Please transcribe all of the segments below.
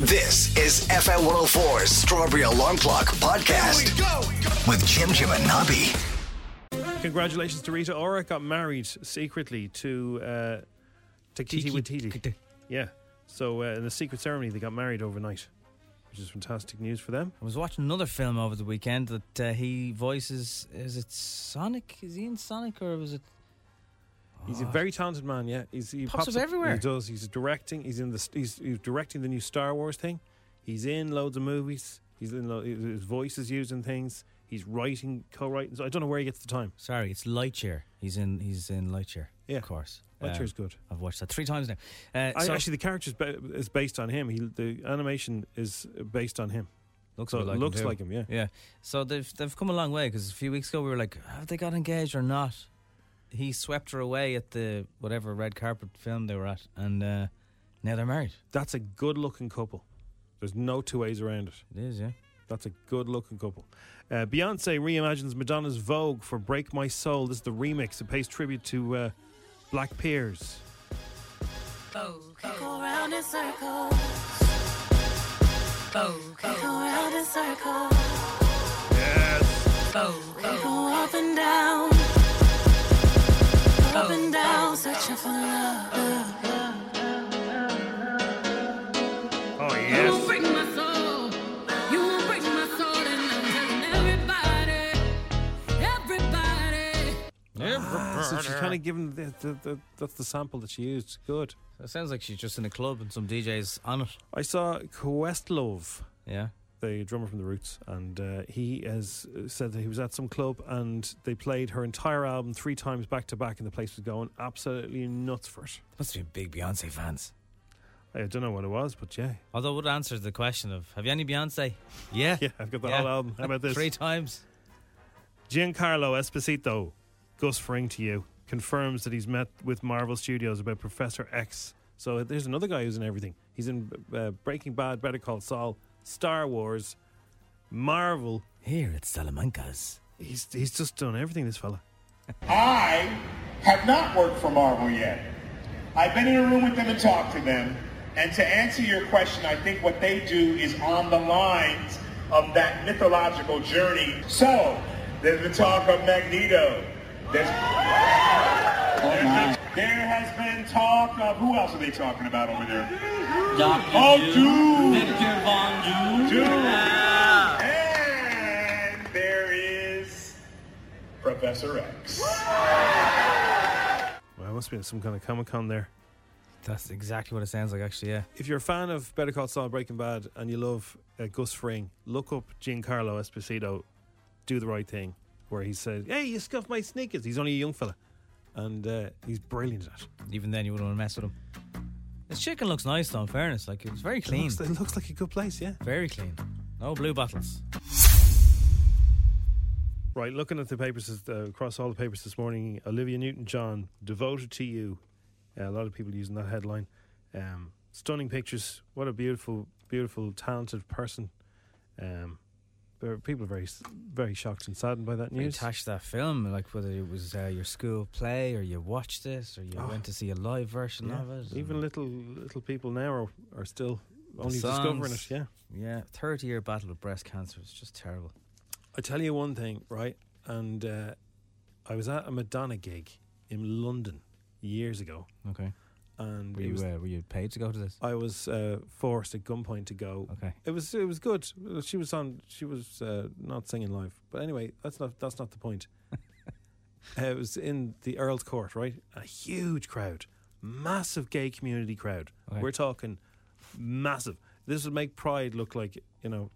This is FM 104's Strawberry Alarm Clock Podcast with Jim Jim and Nobby. Congratulations to Rita Ora. Got married secretly to uh, Takiti Watiti. Yeah. So uh, in the secret ceremony, they got married overnight, which is fantastic news for them. I was watching another film over the weekend that uh, he voices. Is it Sonic? Is he in Sonic or was it? He's a very talented man. Yeah, he's, he Ah. Pops up up- everywhere. He does. He's directing. He's in the. st- He's, he's directing the new Star Wars thing. He's in loads of movies. He's in. Lo- his voice is used in things. He's writing, co-writing. So I don't know where he gets the time. Sorry, it's Lightyear. He's in. He's in Lightyear. Yeah. of course. Um, Lightyear's good. I've watched that three times now. Uh, I, so- actually, the character is based on him. He, the animation is based on him. looks so a bit it like him looks too. like him, yeah. Yeah. So they've they've come a long way because a few weeks ago we were like, have they got engaged or not? He swept her away at the whatever red carpet film they were at, and uh, now they're married. That's a good-looking couple. There's no two ways around it. It is, yeah. That's a good-looking couple. Uh, Beyonce reimagines Madonna's Vogue for "Break My Soul." This is the remix. It pays tribute to uh, Black Pears. Go round in circles. We go round in circles. We go up and down. Up and down, searching for love. Oh You won't break my soul. You won't break my soul. And I'm telling everybody, everybody. So she's kind of given the, the, the, that's the sample that she used. Good. It sounds like she's just in a club and some DJs on it. I saw Questlove. Yeah. the drummer from the Roots, and uh, he has uh, said that he was at some club and they played her entire album three times back to back, and the place was going absolutely nuts for it. Must be big Beyonce fans. I don't know what it was, but yeah, Although it would answer the question of have you any Beyonce? Yeah. yeah, I've got the whole album. How about this? Three times. Giancarlo Esposito, Gus Fring to you, confirms that he's met with Marvel Studios about Professor X. So there's another guy who's in everything. He's in uh, Breaking Bad, Better Call Saul, Star Wars, Marvel. Here at Salamanca's. He's he's just done everything. This fella. I have not worked for Marvel yet. I've been in a room with them and talked to them. And to answer your question, I think what they do is on the lines of that mythological journey. So, there's the talk of Magneto. There's, there has been talk of who else are they talking about over there? Oh, Doom. Doom. And there is Professor X. Well, I must be in some kind of Comic Con there. That's exactly what it sounds like, actually, yeah. if you're a fan of Better Call Saul, Breaking Bad, and you love uh, Gus Fring, look up Giancarlo Esposito, Do the Right Thing, where he said, "Hey, you scuffed my sneakers." He's only a young fella, and uh, he's brilliant at it. Even then, you wouldn't want to mess with him. This chicken looks nice, though, in fairness. Like, it was very It clean. looks, it looks like a good place, yeah. Very clean. No blue bottles. Right, looking at the papers this- uh, across all the papers this morning, Olivia Newton-John devoted to you. Uh, a lot of people using that headline. Um, stunning pictures. What a beautiful, beautiful, talented person. Um, there are people very, s- very shocked and saddened by that You news. attached that film, like whether it was uh, your school play or you watched it or you went to see a live version Oh. Yeah, of it. Even little little people now are, are still only songs. discovering it. Yeah, yeah, 30 year battle with breast cancer. It's just terrible. I tell you one thing, right? And uh, I was at a Madonna gig in London years ago, Okay. and Were it you, was, uh, were you paid to go to this? I was uh, forced at gunpoint to go. Okay. It was it was good. She was on. She was uh, not singing live, but anyway, that's not that's not the point. Uh, it was in the Earl's Court, right? A huge crowd, massive gay community crowd. Okay. We're talking massive. This would make Pride look like you know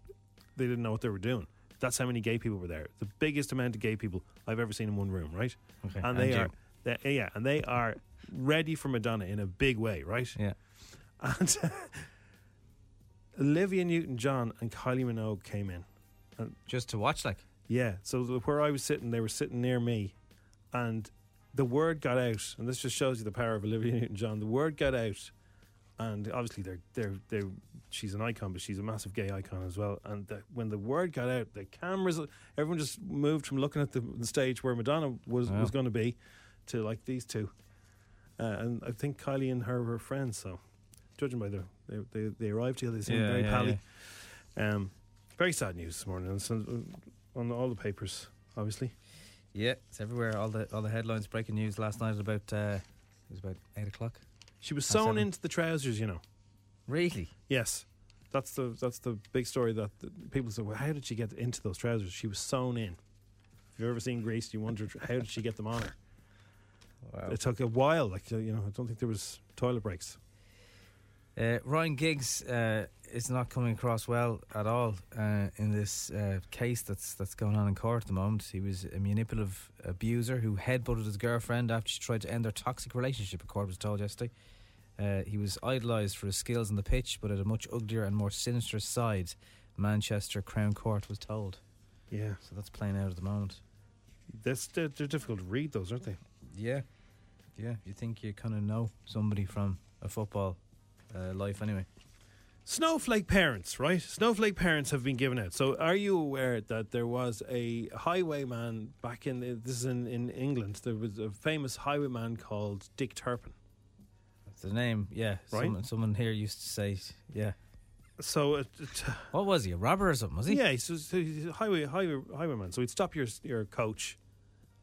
they didn't know what they were doing. That's how many gay people were there. The biggest amount of gay people I've ever seen in one room, right? Okay, And they and are, they, yeah, and they are ready for Madonna in a big way, right? Yeah. And Olivia Newton John and Kylie Minogue came in. Just to watch, like. Yeah. So the- where I was sitting, they were sitting near me. And the word got out, and this just shows you the power of Olivia Newton John. The word got out, and obviously they're they're they she's an icon, but she's a massive gay icon as well. And the, when the word got out, the cameras, everyone just moved from looking at the, the stage where Madonna was Wow. was going to be, to like these two. Uh, and I think Kylie and her were friends, so judging by their they they, they arrived together, they seemed Yeah, very yeah, pally. Um, very sad news this morning, and it's on, on all the papers, obviously. Yeah, it's everywhere. All the all the headlines, breaking news last night at about uh, it was about eight o'clock. She was Half sewn seven. into the trousers, you know. Really? Yes, that's the that's the big story that the, people say. Well, how did she get into those trousers? She was sewn in. If you've ever seen Grease, you wondered how did she get them on her. Wow. It took a while. Like uh, you know, I don't think there was toilet breaks. Uh, Ryan Giggs uh, is not coming across well at all uh, in this uh, case that's that's going on in court at the moment. He was a manipulative abuser who headbutted his girlfriend after she tried to end their toxic relationship. A court was told yesterday. Uh, he was idolised for his skills on the pitch, but at a much uglier and more sinister side. Manchester Crown Court was told. Yeah, So that's playing out at the moment. that's they're, they're difficult to read, those aren't they? Yeah, yeah. You think you kind of know somebody from a football uh, life, anyway? Snowflake parents, right? Snowflake parents have been given out. So, are you aware that there was a highwayman back in this is in, in England? There was a famous highwayman called Dick Turpin. That's the name. Yeah, Right. Someone, someone here used to say, yeah. So, it, it, What was he? A robber or something? Was he? yeah, so, so he's a highway, highway highwayman. So he'd stop your your coach,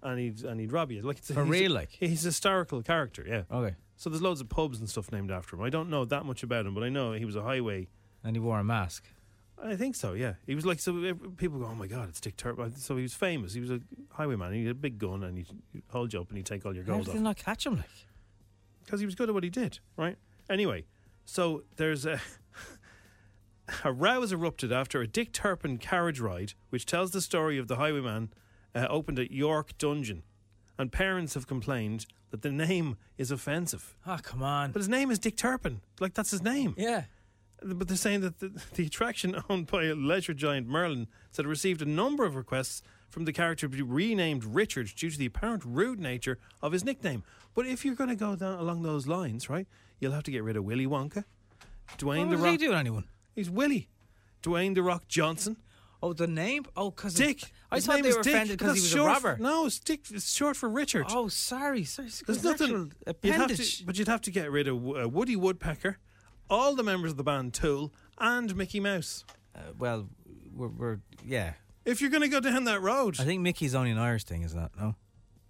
and he'd and he'd rob you. Like it's, For he's- real, like? he's a historical character. Yeah. Okay. So there's loads of pubs and stuff named after him. I don't know that much about him, but I know he was a highway And he wore a mask. I think so. Yeah, he was like so. ev- People go, "Oh my god, it's Dick Turpin." So he was famous. He was a highwayman. He had a big gun, and he'd hold you up and he'd take all your How gold did they off not catch him? Like, because he was good at what he did. Right. Anyway, so there's a a row has erupted after a Dick Turpin carriage ride, which tells the story of the highwayman, uh, opened at York Dungeon, and parents have complained that the name is offensive. oh come on. But his name is Dick Turpin. Like that's his name. yeah. But they're saying that the, the attraction owned by leisure giant Merlin said it received a number of requests from the character to be renamed Richard due to the apparent rude nature of his nickname. But if you're going to go down along those lines, right, you'll have to get rid of Willy Wonka, Dwayne What the was Rock. he doing? Anyone? He's Willy, Dwayne the Rock Johnson, Oh, the name. Oh, because Dick. I His thought name they is were Dick. offended because he That's was a short for- robber. no, it's Dick. It's short for Richard. Oh, sorry. Sorry. it's There's a nothing. natural You'd have to- Appendage. but you'd have to get rid of uh, Woody Woodpecker, all the members of the band Tool, and Mickey Mouse. Uh, well, we're, we're yeah. If you're going to go down that road, I think Mickey's only an Irish thing, isn't that? No,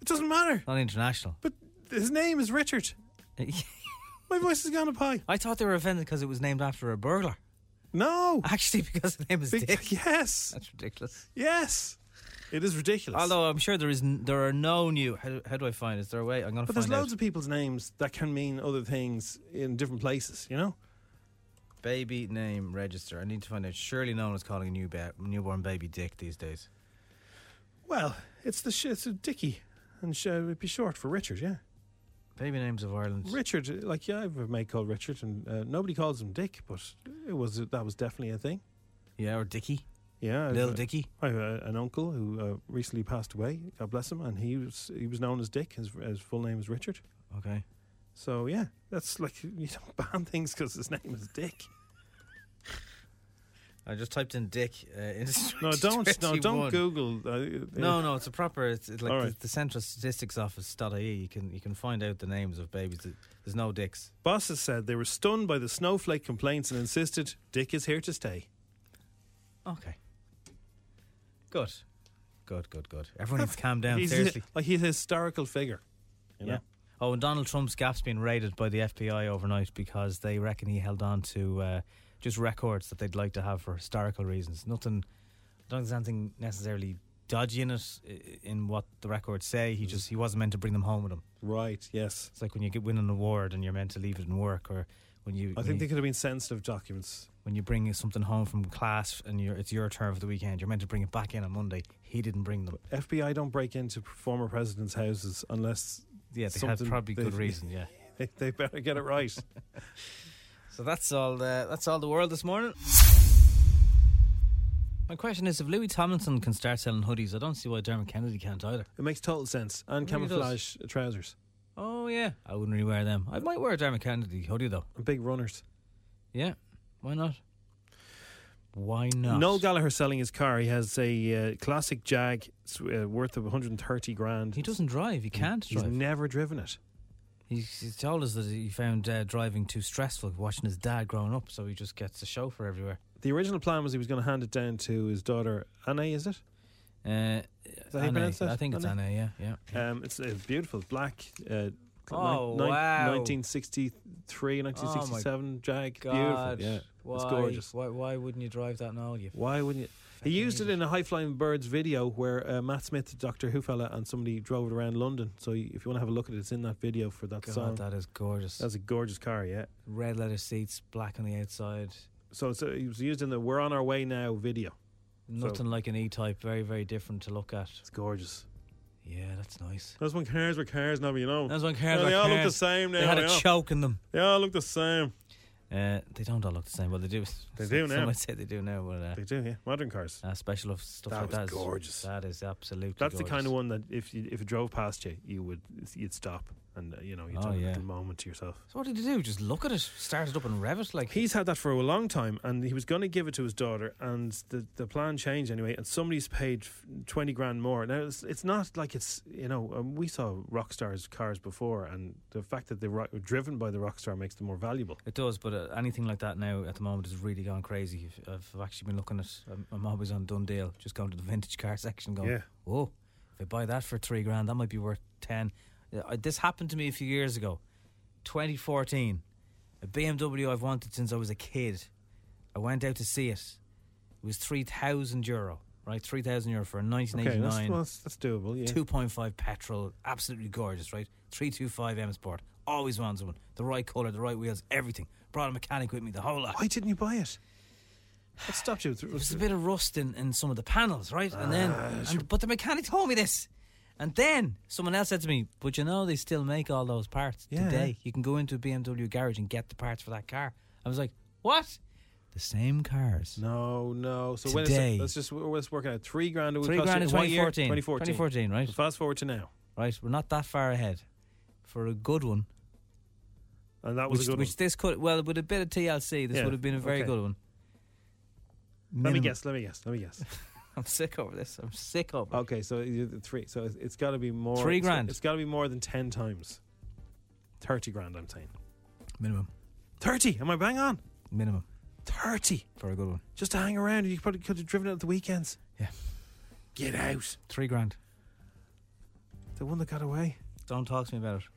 It doesn't matter. not international. But his name is Richard. My voice has gone up high. I thought they were offended because it was named after a burglar. No. Actually, because the name is Big- Dick. Yes. That's ridiculous. Yes. It is ridiculous. Although I'm sure there is, n- there are no new. How, do- how do I find? Is there a way? I'm gonna but find there's loads of people's names that can mean other things in different places, you know? out. Baby name register. I need to find out. Surely no one is calling a new ba- newborn baby Dick these days. Well, it's the sh- it's a Dicky. And sh- it'd be short for Richard, yeah. Baby names of Ireland. Richard, like, yeah, I have a mate called Richard, and uh, nobody calls him Dick, but it was that was definitely a thing. yeah, or Dicky. Yeah. I've, Little uh, Dicky. I have a- an uncle who uh, recently passed away, God bless him, and he was, he was known as Dick. His, his full name is Richard. Okay. So yeah, that's like you don't ban things because his name is Dick. I just typed in Dick. Uh, in No, don't, no, 21. don't Google. Uh, No, no, it's a proper. It's, it's like All the- right. the, Central Statistics Office dot ie. You can you can find out the names of babies. that- There's no dicks. Bosses said they were stunned by the snowflake complaints and insisted Dick is here to stay. Okay. Good. Good. Good. Good. Everyone needs to calm down. He's a- seriously. like he's a historical figure. You know? Yeah. Oh, and Donald Trump's gap's been raided by the FBI overnight because they reckon he held on to uh, just records that they'd like to have for historical reasons. Nothing, I don't think there's anything necessarily dodgy in it i- in what the records say. He just he wasn't meant to bring them home with him. Right, yes. It's like when you get win an award and you're meant to leave it in work, or when you I when think you, they could have been sensitive documents. when you bring something home from class and you're, it's your turn for the weekend, you're meant to bring it back in on Monday. He didn't bring them. FBI don't break into former presidents' houses unless Yeah, they had something probably good they've- reason. Yeah. they, they better get it right. So that's all. The, that's all the world this morning. My question is: If Louis Tomlinson can start selling hoodies, I don't see why Dermot Kennedy can't either. it makes total sense. And really camouflage trousers Oh yeah, I wouldn't really wear them. I might wear a Dermot Kennedy hoodie though. and big runners. Yeah, why not? Why not? Noel Gallagher selling his car. He has a uh, classic Jag it's, uh, worth of 130 grand. he doesn't drive. He can't He's drive. never driven it. He's, he told us that he found uh, driving too stressful watching his dad growing up, so he just gets a chauffeur everywhere. The original plan was he was going to hand it down to his daughter Anne. Is it? Uh, that how you Anna, pronounce that? I think it's Anna? Anna. yeah, yeah. Um, it's uh, beautiful black. Uh, Oh, nine- wow. Oh 1963, 1967 Jag. God, Beautiful. Yeah. why, It's gorgeous. Why, why wouldn't you drive that now? You Why wouldn't you? He used it in a High Flying Birds video where uh, Matt Smith, Doctor Who fella, and somebody drove it around London. So y- if you want to have a look at it, it's in that video for that God, song. that is gorgeous. That's a gorgeous car, yeah. Red leather seats, black on the outside. So it's, uh, it was used in the "We're on Our Way Now" video. Nothing like an E-type. Very, very different to look at. It's gorgeous. Yeah, that's nice. That's when cars were cars, now you know. That's one cares. they about all look the cars. same now. They had they a all- choke in them. they all look the same. Uh, they don't all look the same. Well, they do. They do now. Some might say they do now, but uh, They do, yeah. Modern cars. uh, special of stuff That like was that. is- gorgeous. That is absolutely. That's the gorgeous. kind of one that if you if it drove past you, you would you'd stop and uh, you know you'd Oh, have a yeah. little moment to yourself. So what did you do? Just look at it, start it up and rev it like. He's had that for a long time, and he was going to give it to his daughter, and the, the plan changed anyway. And somebody's paid f- twenty grand more. Now it's, it's not like it's you know um, we saw rock stars cars before, and the fact that they were driven by the rock star makes them more valuable. It does, but uh, anything like that now at the moment is really gone crazy. If- I've, I've actually been looking at, um, I'm, I'm always on Dundale, just going to the vintage car section, going, Yeah. "Whoa, if I buy that for three grand, that might be worth ten. Uh, I- This happened to me a few years ago, 2014. A BMW I've wanted since I was a kid. I went out to see it. It was three thousand euro, right? Three thousand euro for a Okay, 1989. that's, well, that's, that's doable. Yeah, 2.5 petrol, absolutely gorgeous, right? 325 M Sport. Always wanted one. The right colour, the right wheels, everything. Brought a mechanic with me, the whole lot. why didn't you buy it? What stopped you? It There's was- a bit of rust in, in some of the panels, right? And then, Ah, and- but the mechanic told me this. And then someone else said to me, "But you know, they still make all those parts Yeah. today. You can go into a BMW garage and get the parts for that car." I was like, "What? The same cars? No, no. So when Today. is it? Let's just let's work out three grand. It would Three cost grand you, in what year? 2014. 2014, right? Fast forward to now, Right? We're not that far ahead. For a good one, and that was which, a good which one. this could well with a bit of TLC, this Yeah, would have been a very okay. good one. Let me Minimum- guess. Let me guess. Let me guess. I'm sick over this. I'm sick over. it. Okay, so you- the three. So it's- it's got to be more. Three it's- grand. It's got to be more than ten times. Thirty grand. I'm saying. Minimum, Thirty. Am I bang on? minimum Thirty. for a good one. Just to hang around. You probably could have driven it at the weekends. Yeah. Get out. Three grand. The one that got away. Don't talk to me about it.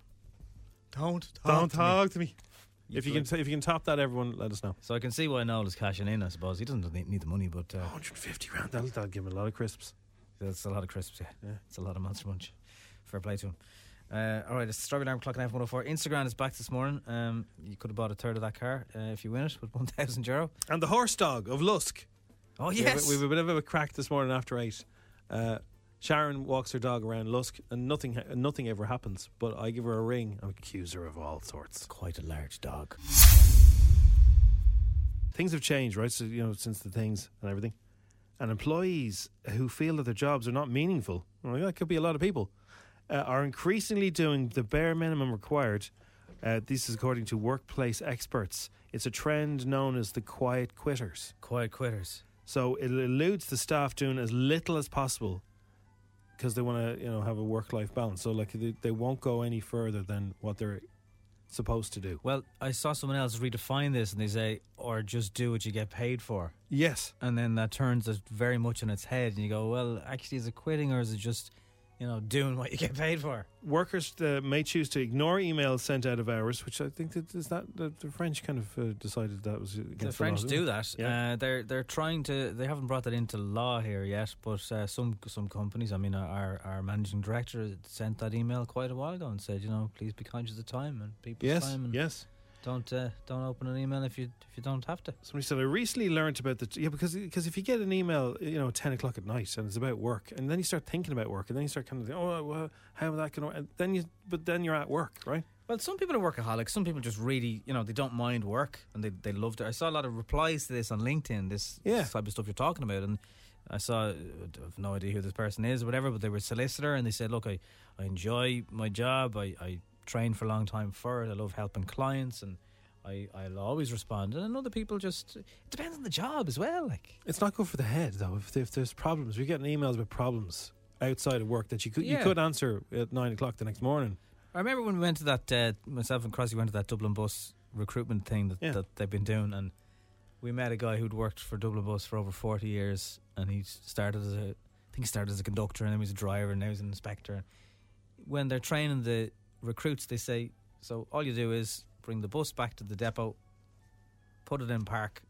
Don't Don't talk to me. If you can, t- if you can top that, everyone, let us know. So I can see why Noel is cashing in. I suppose he doesn't need need the money, but uh, Oh. 150 grand. That'll, that'll give him a lot of crisps. that's a lot of crisps. Yeah. it's a lot of monster munch. Fair play to him. Uh, all right, it's Strawberry Alarm Clock and F104. Instagram is back this morning. Um, you could have bought a third of that car uh, if you win it with 1,000 euro. And the horse dog of Lusk. Oh, We have a- yes. We have a bit of a crack this morning after eight. Uh, Sharon walks her dog around Lusk, and nothing, ha- nothing ever happens. But I give her a ring. I accuse her of all sorts. Quite a large dog. Things have changed, right? So you know, since the things and everything, and employees who feel that their jobs are not meaningful. Well, that could be a lot of people. Uh, are increasingly doing the bare minimum required. Uh, this is according to workplace experts. It's a trend known as the quiet quitters. Quiet quitters. So it eludes the staff doing as little as possible because they want to, you know, have a work-life balance. So like they, they won't go any further than what they're supposed to do. Well, I saw someone else redefine this and they say, or just do what you get paid for. Yes, and then that turns it very much on its head, and you go, well, actually, is it quitting or is it just you know, doing what you get paid for. Workers uh, may choose to ignore emails sent out of hours, which I think that is that the, the French kind of uh, decided that was against The French law, do didn't that. they? Yeah. Uh, they're they're trying to. They haven't brought that into law here yet, but uh, some some companies. I mean, our our managing director sent that email quite a while ago and said, you know, please be conscious of time and people's yes, time, and yes. don't uh, don't open an email if you if you don't have to. Somebody said I recently learned about the yeah because because if you get an email you know ten o'clock at night and it's about work and then you start thinking about work and then you start kind of thinking, oh well, how that can work and then you but then you're at work right Well, some people are workaholics. Some people just really, you know, they don't mind work and they, they loved it. I saw a lot of replies to this on LinkedIn, this Yeah. type of stuff you're talking about. And I saw, I have no idea who this person is or whatever, but they were a solicitor and they said, look, I, I enjoy my job. I, I train for a long time for it. I love helping clients and I, I'll always respond. And then other people just, it depends on the job as well. Like, It's not good for the head though. If, if there's problems, we're getting emails about problems outside of work that you could you Yeah. could answer at nine o'clock the next morning. I remember when we went to that uh, myself and Crossy went to that Dublin bus recruitment thing that, Yeah. that they've been doing, and we met a guy who'd worked for Dublin Bus for over forty years, and he started as a I think he started as a conductor, and then he was a driver, and now he's an inspector. When they're training the recruits, they say, "So all you do is bring the bus back to the depot, put it in park,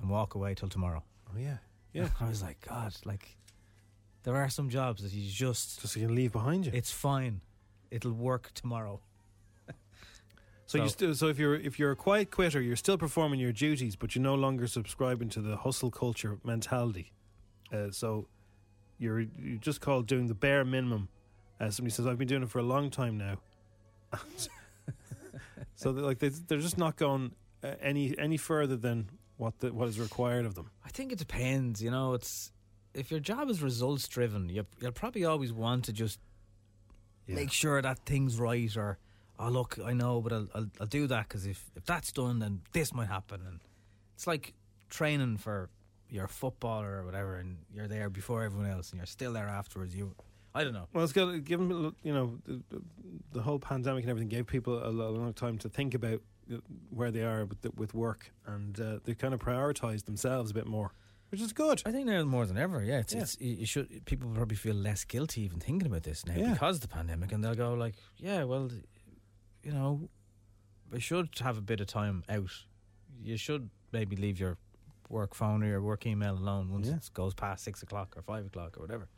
and walk away till tomorrow." Oh yeah, yeah. I was like, God, like there are some jobs that you just Just so you can leave behind you. it's fine, it'll work tomorrow. so you so- still so if you're if you're a quiet quitter, you're still performing your duties, but you're no longer subscribing to the hustle culture mentality. Uh, so you're you just called doing the bare minimum. Uh, somebody says I've been doing it for a long time now. so they're like they, they're just not going uh, any any further than what the, what is required of them. I think it depends. You know, it's if your job is results driven, you, you'll probably always want to just make sure that thing's right, or oh look, I know, but I'll I'll, I'll do that because if if that's done, then this might happen, and it's like training for your footballer or whatever, and you're there before everyone else, and you're still there afterwards. You, I don't know. Well, it's got given you know the, the whole pandemic and everything gave people a lo- a long time to think about uh, where they are with, the, with work, and uh, they kind of prioritised themselves a bit more, which is good. I think now more than ever, yeah, it's, Yeah. it's you you should people probably feel less guilty even thinking about this now Yeah. because of the pandemic, and they'll go like, yeah, well, you know, I should have a bit of time out. You should maybe leave your work phone or your work email alone once Yeah. it goes past six o'clock or five o'clock or whatever.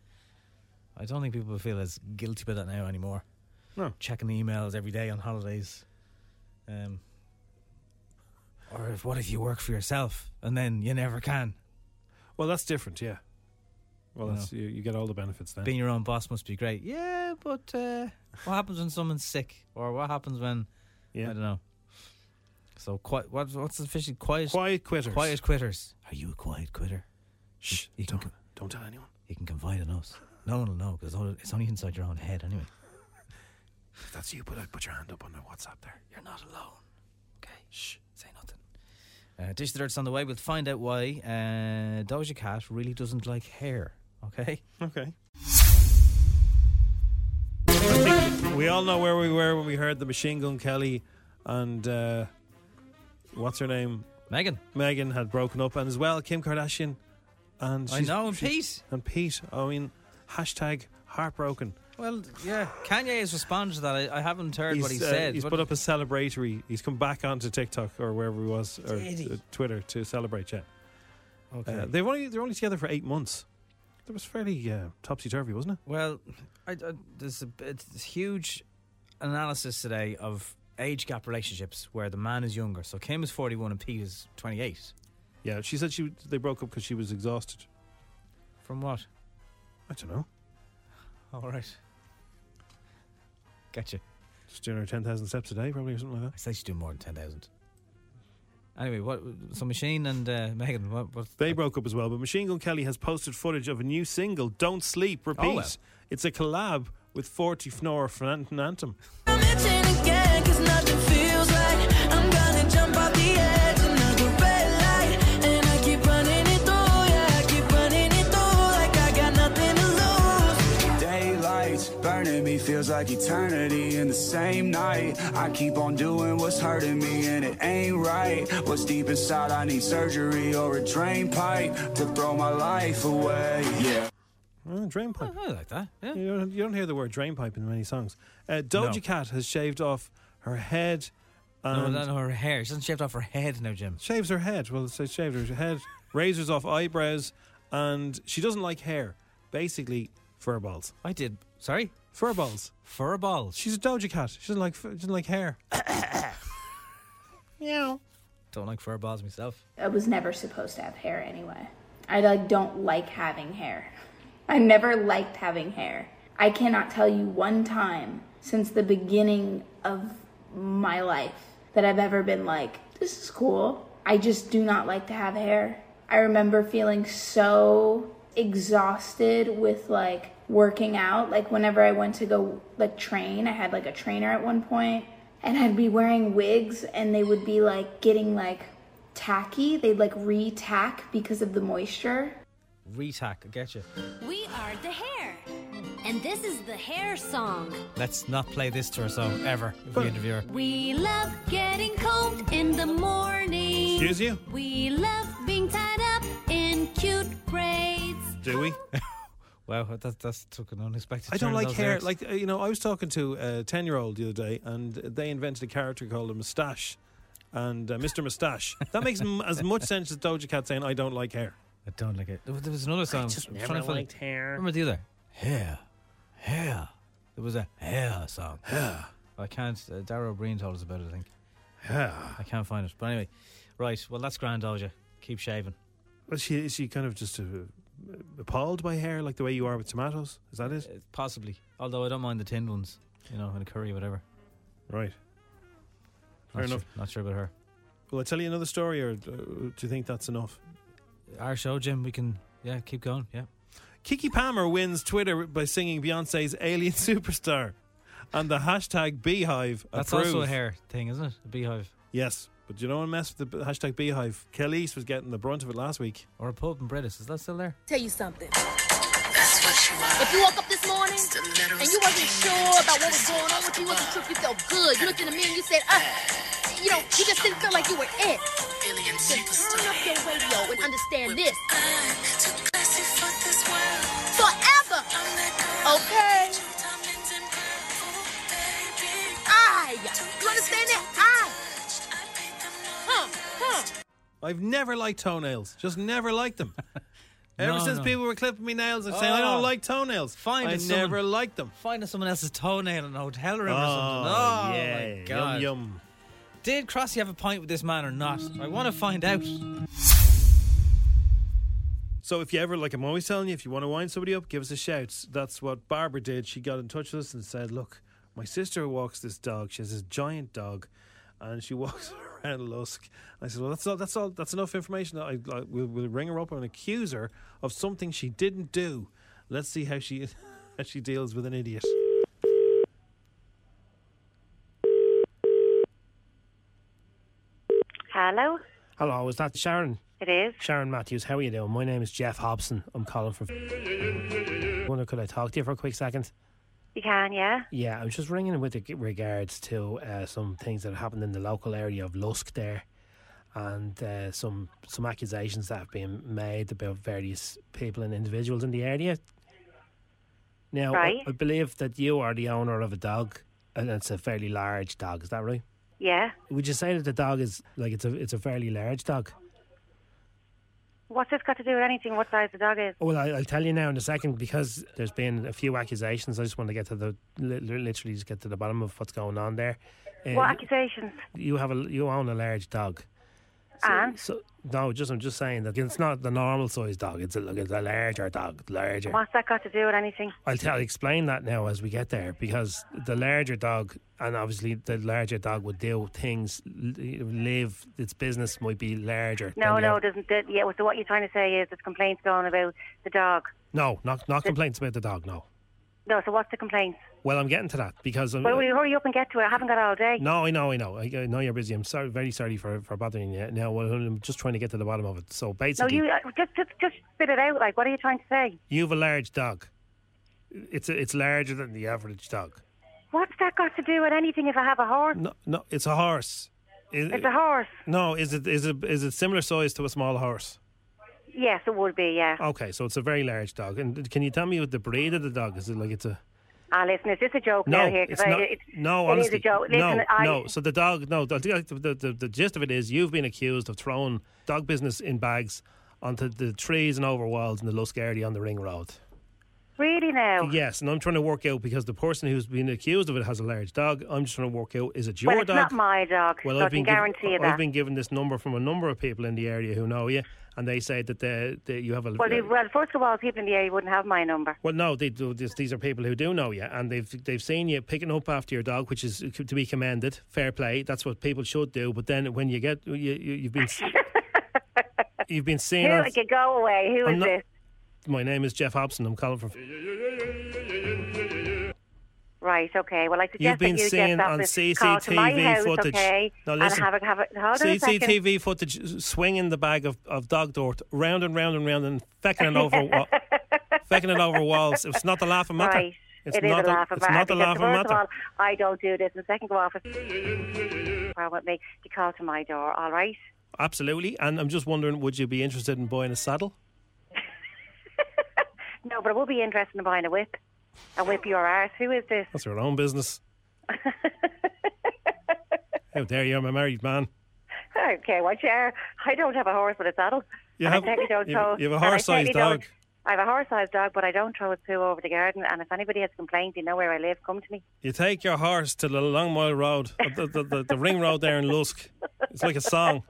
I don't think people feel as guilty about that now anymore. No. checking the emails every day on holidays. Um, or if, what if you work for yourself and then you never can? Well, that's different, yeah. Well, You that's, you, you get all the benefits then. being your own boss must be great. Yeah, but uh, what happens when someone's sick, or what happens when I yeah. don't know? So quiet. What, what's the official quiet? Quiet quitters. Quiet quitters. Are you a quiet quitter? Shh. You can, Don't don't tell anyone. you can confide in us. No one will know because it's only inside your own head anyway. If that's you, put put your hand up on the WhatsApp there. You're not alone. Okay. Shh. Say nothing. Uh, Dish the dirt's on the way. We'll find out why uh, Doja Cat really doesn't like hair. Okay. Okay. I think we all know where we were when we heard the Machine Gun Kelly and uh, what's her name Megan. Megan had broken up, and as well Kim Kardashian and I she's- know. And she- Pete. and Pete. I mean, hashtag heartbroken. Well, yeah. Kanye has responded to that. I, I haven't heard what he uh, said. He's but- put up a celebratory. He's come back onto TikTok or wherever he was or Did he? uh, Twitter to celebrate. Yeah, okay. uh, they've only they're only together for eight months. That was fairly uh, topsy turvy, wasn't it? Well, I, I, there's a it's huge analysis today of age gap relationships where the man is younger. So Kim is 41 and Pete is 28. Yeah, she said she they broke up because she was exhausted. From what? I don't know. All right. Gotcha. Just doing her ten thousand steps a day, probably or something like I that. said she's doing more than 10,000. Anyway, what? So Machine and uh, Megan, what? what They broke up as well, but Machine Gun Kelly has posted footage of a new single, "Don't Sleep." Repeat. Oh, well. It's a collab with Forty Fnor Fran- Anthem. Mention again, 'cause nothing feels right. I'm gonna jump off the edge, another red light. And I keep running it through, yeah, I keep running it through like I got nothing to lose. Daylight burning me feels like eternity in the same night. I keep on doing what's hurting me and it ain't right. What's deep inside? I need surgery or a drain pipe to throw my life away. Yeah. Uh, drain pipe. I like that. Yeah. You don't, you don't hear the word drain pipe in many songs. Uh, Doja No. Cat has shaved off her head No, and no, no, her hair. She doesn't shave off her head now, Jim. shaves her head. Well, it says shaved her head, razors off eyebrows, and she doesn't like hair. Basically, fur balls. I did. Sorry, Fur balls. fur balls. She's a Doja Cat. She doesn't like. She doesn't like hair. Meow. Don't like fur balls myself. I was never supposed to have hair anyway. I like don't like having hair. I never liked having hair. I cannot tell you one time since the beginning of my life that I've ever been like, this is cool. I just do not like to have hair. I remember feeling so exhausted with like working out. Like whenever I went to go like train, I had like a trainer at one point and I'd be wearing wigs and they would be like getting like tacky. They'd like re-tack because of the moisture. Retack, I get you. We are the hair. And this is the hair song. Let's not play this to her song ever if we interview her. We love getting combed in the morning. Excuse you? We love being tied up in cute braids. Do we? Wow, that, that's took an unexpected. I don't turn, like those hair. lyrics. Like uh, you know, I was talking to a ten-year-old the other day, and they invented a character called a mustache, and uh, Mr. Mustache. That makes m- as much sense as Doja Cat saying I don't like hair. I don't like it. There was- there was another song. I just am never trying to find- liked hair. Remember the other hair, hair. There was a hair song. Hair. I can't. Uh, Darrow Breen told us about it. I think. Yeah. I can't find it. But anyway, right. Well, that's grand, Doja. Keep shaving. Well, she is she kind of just uh, appalled by hair, like the way you are with tomatoes. Is that it? Uh, possibly. Although I don't mind the tinned ones. You know, in a curry, whatever. Right. Fair Not enough. Sure, not sure about her. Will I tell you another story, or uh, do you think that's enough? Our show, Jim. We can. Yeah, keep going. Yeah. Kiki Palmer wins Twitter by singing Beyonce's "Alien Superstar," and the hashtag Beehive. That's approve. also a hair thing, isn't it? A beehive Yes, but you don't want to mess with the b- hashtag Beehive. Kelly's was getting the brunt of it last week. or a pub in British. Is that still there? Tell you something. That's what you are. If you woke up this morning and you wasn't sure about what was going on with you, you wasn't sure if you felt good, you looked in the mirror and you said, uh, you know, you just didn't feel like you were it. Alien Then turn up your radio and understand this forever. Okay. I. You understand that? I. Huh. Huh. I've never liked toenails. Just never liked them. Ever No, since no. people were clipping me nails and saying I don't Oh. like toenails, Find I us never someone- liked them. Finding someone else's toenail in a hotel room or something. Oh, Oh yeah. my Yum god! yum. Did Crossy have a pint with this man or not? I want to find out. So if you ever like, I'm always telling you, if you want to wind somebody up, give us a shout. That's what Barbara did. She got in touch with us and said, "Look, my sister walks this dog. She has this giant dog, and she walks around Lusk." I said, "Well, that's all. That's all. That's enough information. I, I we'll, we'll ring her up and accuse her of something she didn't do. Let's see how she how she deals with an idiot." Hello, Hello, is that Sharon? it is. Sharon Matthews, how are you doing? My name is Jeff Hobson. I'm calling from. Wonder could I talk to you for a quick second? You can, yeah. Yeah, I was just ringing with reg- regards to uh, some things that happened in the local area of Lusk there, and uh, some some accusations that have been made about various people and individuals in the area. Now, I- Right. I believe that you are the owner of a dog, and it's a fairly large dog. Is that right? Yeah. Would you say that the dog is like it's a it's a fairly large dog? What's this got to do with anything? What size the dog is? Well, I, I'll tell you now in a second because there's been a few accusations. I just want to get to the li- li- literally just get to the bottom of what's going on there. Uh, What accusations? you have a you own a large dog. and So no, just I'm just saying that it's not the normal size dog. It's a look, it's a larger dog, larger. what's that got to do with anything? I'll tell explain that now as we get there because the larger dog and obviously the larger dog would do things l- live its business might be larger. No, than the no, other- it doesn't. That, yeah. So what you're trying to say is there's complaints going about the dog. no, not not complaints about the dog. No. No. So what's the complaints? Well, I'm getting to that because I'm. Well, will you hurry up and get to it? I haven't got all day. No, I know, I know. I, I know you're busy. I'm sorry, very sorry for, for bothering you. Now, well, I'm just trying to get to the bottom of it. So No, basically, you uh, just, just just spit it out. Like, what are you trying to say? you have a large dog. It's it's larger than the average dog. What's that got to do with anything? If I have a horse, No, no, it's a horse. Is, it's a horse. No, is it is it is it similar size to a small horse? Yes, it would be, yeah. Okay, so it's a very large dog. And can you tell me what the breed of the dog is? It like it's a Ah, listen, is this a joke no, now here? 'Cause it's I- not. it's- no, it is honestly, a joke. Listen, no, I, no. So the dog, no. The, the, the, the gist of it is, you've been accused of throwing dog business in bags onto the trees and over walls in the Lusk area on the Ring Road. Really now? Yes, and I'm trying to work out because the person who's been accused of it has a large dog. I'm just trying to work out is it your well, it's dog? not my dog, Well, so I I've been can guarantee given, you that. I've been given this number from a number of people in the area who know you, and they say that they, that you have a well, they- well, first of all, people in the area wouldn't have my number. Well, no, they do. This, these are people who do know you, and they've they've seen you picking up after your dog, which is uh, to be commended. Fair play. That's what people should do. But then when you get you, you you've been you've been Who, seen. on- okay, go away. Who is I'm not- this? My name is Jeff Hobson. I'm calling from. Right, okay. Well, I suggest You've been that you seeing get that on this call to my CCTV house, footage. okay? Now, and listen. have a, have a, hold on a second. CCTV footage swinging the bag of, of dog dirt round and round and round and fecking it over wa- fecking it over walls. It's not the laughing matter. Right. It's It is not a laughing It's matter. not the because laughing first matter. of all, I don't do this. And second of all, if it's wrong with me, you call to my door, all right? Absolutely. And I'm just wondering, would you be interested in buying a saddle? No, but I will be interested in buying a whip. A whip your arse. Who is this? That's your own business. How dare you? I'm a married man. Okay, well, sure. I don't have a horse with a saddle. You And I have- certainly don't you have- throw- you have a and I horse-sized certainly don't- dog. I have a horse-sized dog, but I don't throw it poo over the garden. And if anybody has complained, you know where I live. Come to me. You take your horse to the Long Mile Road, uh, the, the, the, the ring road there in Lusk. It's like a song.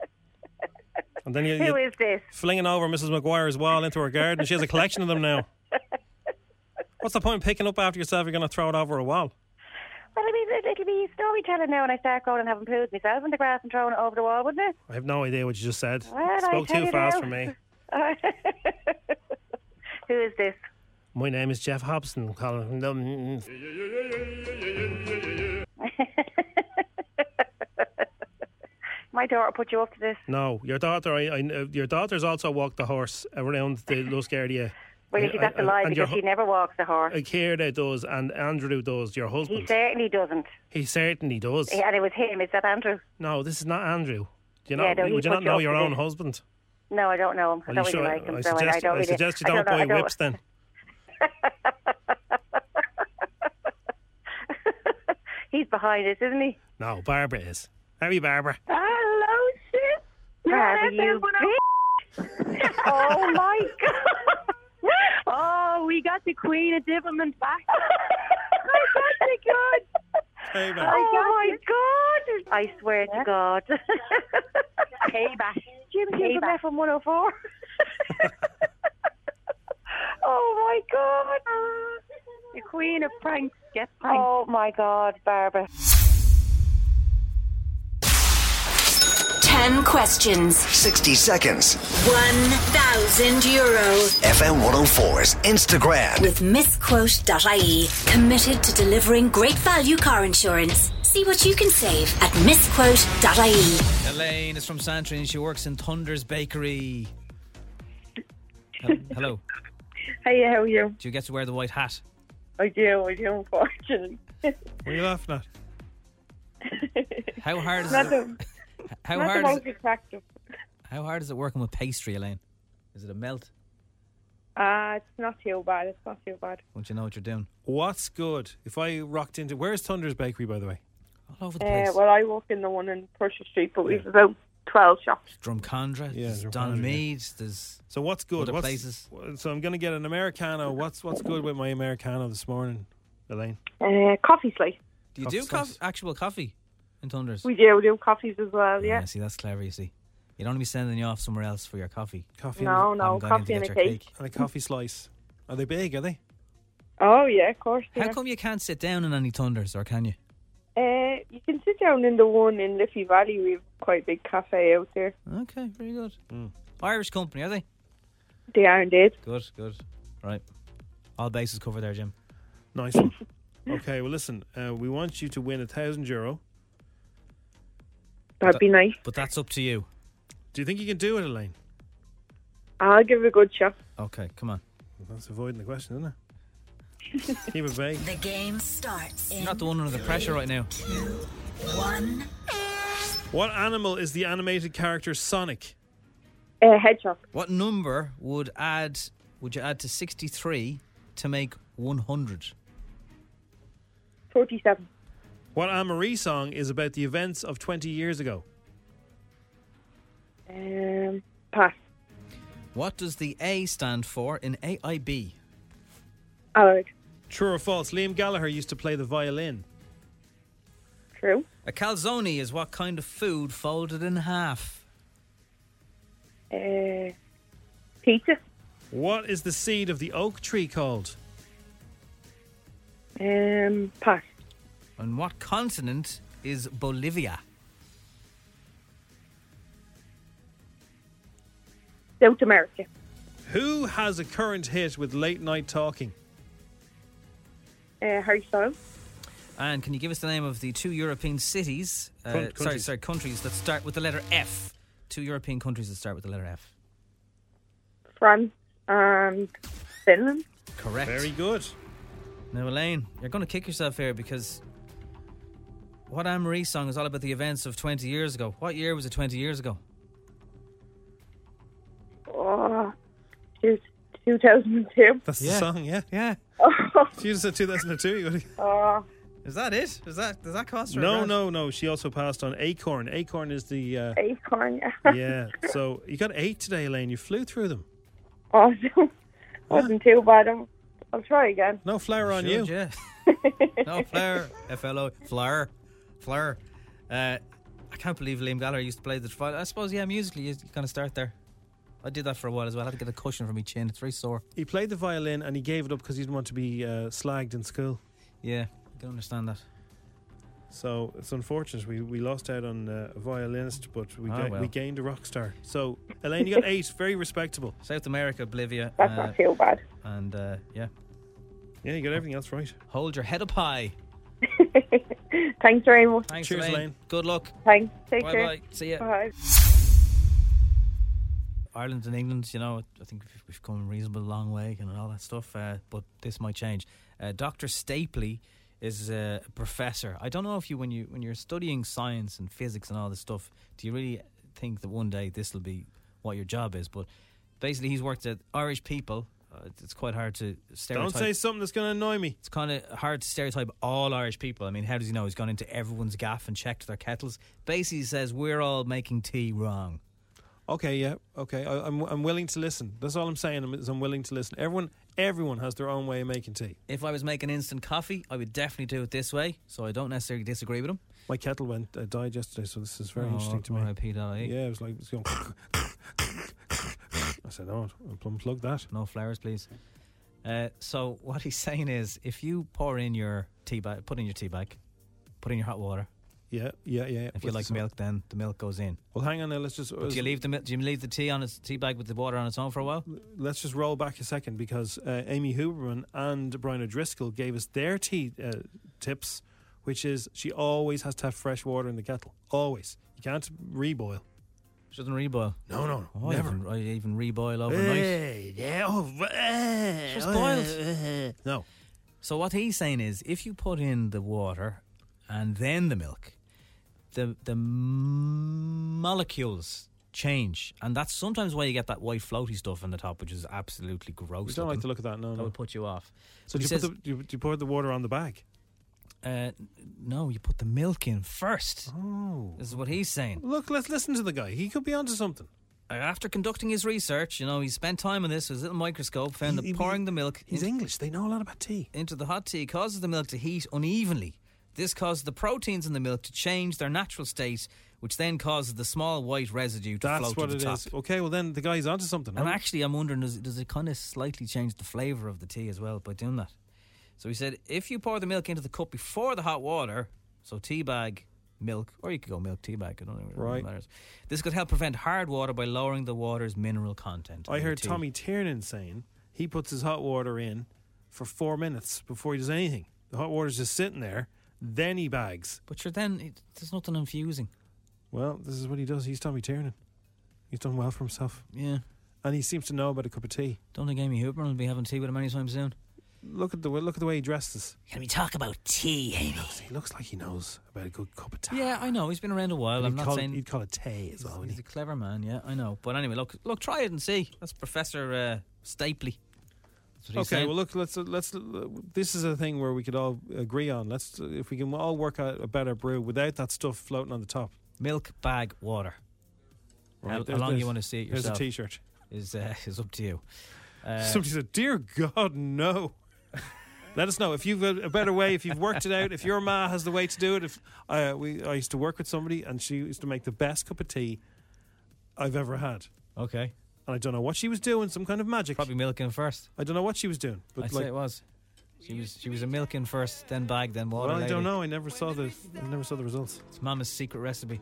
And then you, Who you is this? flinging over Mrs. McGuire's wall into her garden. She has a collection of them now. What's the point of picking up after yourself? You're going to throw it over a wall. Well, it'll be, it'll be storytelling now, and I start going and having poos myself in the grass and throwing it over the wall, wouldn't it? I have no idea what you just said. Well, I Spoke tell too you fast now. for me. Who is this? My name is Jeff Hobson. Colin. Um, My daughter put you up to this. No, your daughter. I, I, your daughter's also walked the horse around the Lusk area. Well, And- she got the and- lie and your because she never walks the horse. hu- Ciara does, and Andrew does. Your He husband. certainly doesn't. He certainly does. He- And it was him. Is that Andrew? No, this is not Andrew. Do you Yeah, not, no, he would you put not you know up your to own this. husband? No, I don't know him. I Well, you don't really should- like him. I so I, I suggest, don't I really. suggest you I don't, know- I buy whips then. He's behind us, isn't he? No, Barbara is. Harry Barbara. Hello, sis. Have you oh my god! Oh, we got the Queen of Divermont back. I got the good. Payback. Oh my god! I swear to God. Payback. Jim Hughes from Payback. FM 104. oh my god! The Queen of Pranks gets pranked. Oh my god, Barbara. 10 questions. 60 seconds. 1,000 euro. FM 104's Instagram. With misquote.ie, committed to delivering great value car insurance. See what you can save at misquote.ie. Elaine is from Santry and she works in Thunder's Bakery. Hel- Hello. Hey, how are you? Do you get to wear the white hat? I do, I do, unfortunately. What are you laughing at? How hard is not it? the, How not the hard is most it, attractive. how hard is it working with pastry, Elaine? Is it a melt? Uh, it's not too bad, it's not too bad. Once you know what you're doing. What's good? If I rocked into where's Thunder's Bakery, by the way? All over the place. Uh, well, I work in the one in Prussia Street, but we've about 12 shops. Drumcondra. Yeah, there's Drumcondra, Donameads. There's So what's good? Other what's, places. So I'm going to get an americano. What's what's good with my americano this morning, Elaine? Uh, coffee slice. do you Coffee do coffee, actual coffee in Thunders? We do, we do coffees as well, yeah. Yeah, see, that's clever. You see, you don't want to be sending you off somewhere else for your coffee. Coffee. No, no, Haven't gone in coffee to and a get cake. your cake. And a coffee slice. Are they big? Are they? Oh, yeah, of course. How yeah. come you can't sit down in any Thunders, or can you? Uh, you can sit down in the one in Liffey Valley. We have quite a big cafe out there. Okay, very good. Irish company, are they? They are indeed. Good, good. Right. All bases covered there, Jim. Nice one. okay. Well, listen. Uh, we want you to win a thousand euro. That'd be nice. But that's up to you. Do you think you can do it, Elaine? I'll give it a good shot. Okay, come on. That's avoiding the question, isn't it? Keep it vague. The game starts. You're not the one under the pressure right now. One. What animal is the animated character Sonic? Uh, head shop. What number would add would you add to 63 to make 100? 47. What Anne Marie song is about the events of 20 years ago? Um, pass. What does the A stand for in AIB? Allard. True or false? Liam Gallagher used to play the violin. True. A calzone is what kind of food folded in half? Uh, pizza. What is the seed of the oak tree called? Um, pass. On what continent is Bolivia? South America. Who has a current hit with late night talking? Uh, Harry Styles. And can you give us the name of the two European cities? Uh, Coun- sorry, countries. sorry, countries that start with the letter F. Two European countries that start with the letter F. France and Finland. Correct. Very good. Now, Elaine, you're going to kick yourself here because what Anne Marie song is all about the events of 20 years ago. What year was it 20 years ago? Oh, two, 2002. That's the song, yeah. Yeah. She just said 2002. you would've- Oh, Is that it? Is that does that cost her? a no, grand? no, no. She also passed on Acorn. Acorn is the. Uh, acorn. yeah. So you got eight today, Elaine. You flew through them. Oh, no. Wasn't too bad. I'll, I'll try again. No flour on Should you. ya? no flower, F L O flower, flower. Uh, I can't believe Liam Gallagher used to play the violin. I suppose yeah, musically you kind of start there. I did that for a while as well. I had to get a cushion for my chin. It's very sore. He played the violin and he gave it up because he didn't want to be uh, slagged in school. Yeah, I can understand that. So it's unfortunate we, we lost out on uh, a violinist, but we Ah, ga- well. we gained a rock star. So Elaine, you got eight, very respectable. South America, Bolivia. That's uh, not too bad. And uh, yeah, Yeah, you got everything else right. hold your head up high. Thanks very much. Thanks, Cheers, Elaine. Elaine. Good luck. Thanks. Take Bye care. bye. See ya. Bye. Ireland and England, you know, I think we've, we've come a reasonable long way and all that stuff, uh, but this might change. Uh, Dr. Stapley is a professor. I don't know if you, when you when you're studying science and physics and all this stuff, do you really think that one day this will be what your job is? But basically, he's worked at Irish people. Uh, it's quite hard to stereotype. Don't say something that's going to annoy me. It's kind of hard to stereotype all Irish people. I mean, how does he know? He's gone into everyone's gaff and checked their kettles. Basically, he says we're all making tea wrong. Okay, yeah, okay. I, I'm I'm willing to listen. That's all I'm saying. is I'm willing to listen. Everyone everyone has their own way of making tea. If I was making instant coffee, I would definitely do it this way. So I don't necessarily disagree with him. My kettle went uh, died yesterday, so this is very Oh, interesting to me. R.I.P. that, eh? Yeah, it was like it's going. I said, "No, I'll unplug that." No flowers, please. Uh, so what he's saying is, if you pour in your tea bag, put in your tea bag, put in your hot water. Yeah, yeah, yeah. If you What's like this one? milk, then the milk goes in. well, hang on now. Let's just uh, But do you leave the mil- do you leave the tea on its tea bag with the water on its own for a while? let's just roll back a second because uh, Amy Huberman and Brian O'Driscoll gave us their tea uh, tips, which is she always has to have fresh water in the kettle. Always, you can't reboil. It doesn't reboil. No, no, no, Oh, never. I even, I even reboil overnight. yeah, oh, eh, It's eh, boiled. eh, eh. No, So what he's saying is, if you put in the water and then the milk, the the molecules change, and that's sometimes why you get that white floaty stuff on the top, which is absolutely gross. we don't like looking. to look at that. No, that no. would put you off. So do But he you, put says, the, do, you, do you pour the water on the bag? uh, no, you put the milk in first. Oh, This is what he's saying. look, let's listen to the guy. He could be onto something. Uh, After conducting his research, you know, he spent time on this with his little microscope, found He- that he- pouring the milk He's in- English. They know a lot about tea. into the hot tea causes the milk to heat unevenly. This causes the proteins in the milk to change their natural state, which then causes the small white residue to That's float what to it the is. top. Okay, well then the guy's onto something. Oh. And actually, I'm wondering does, does it kind of slightly change the flavour of the tea as well by doing that? So he said if you pour the milk into the cup before the hot water, so tea bag, milk, or you could go milk tea bag. I don't know. It really Right. matters. This could help prevent hard water by lowering the water's mineral content. I in the heard tea. Tommy Tiernan saying he puts his hot water in for four minutes before he does anything. The hot water's just sitting there. Then he bags. But you're then it, there's nothing infusing. Well, this is what he does. He's Tommy Tiernan. He's done well for himself, Yeah. and he seems to know about a cup of tea. Don't think Amy Hooper will be having tea with him anytime soon. look at the way- look at the way he dresses. Can we talk about tea, He looks, he looks like he knows about a good cup of tea. Yeah, I know. He's been around a And while. I'm he'd not call it- saying he'd call it Tay as He's- well. wouldn't He's he? a clever man. Yeah, I know. But anyway, look, look, try it and see. That's Professor uh, Stapley. That's what he's Okay, saying. well look, let's let's. This is a thing where we could all agree on. Let's if we can all work out a better brew without that stuff floating on the top. Milk bag water. Right, how, there's- how long there's- you want to see it there's a yourself? t-shirt. Is uh, is up to you. Uh, Somebody said, "Dear God, no." Let us know if you've got a better way. If you've worked it out, if your ma has the way to do it. If uh, we, I used to work with somebody, and she used to make the best cup of tea I've ever had. Okay. And I don't know what she was doing. Some kind of magic. Probably milking first. I don't know what she was doing, but I'd like, say it was. She was she was a milking first, then bag, then water. well, I don't lady. know. I never saw the, I never saw the results. It's Mama's secret recipe.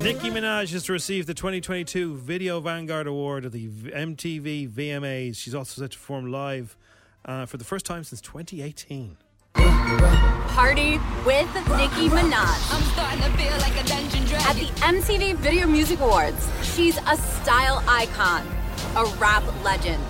Nicki Minaj is to receive the 2022 Video Vanguard Award at the MTV VMAs. She's also set to perform live uh, for the first time since 2018. Party with Nicki Minaj. I'm starting to feel like a dungeon dragon. At the MTV Video Music Awards, she's a style icon, a rap legend,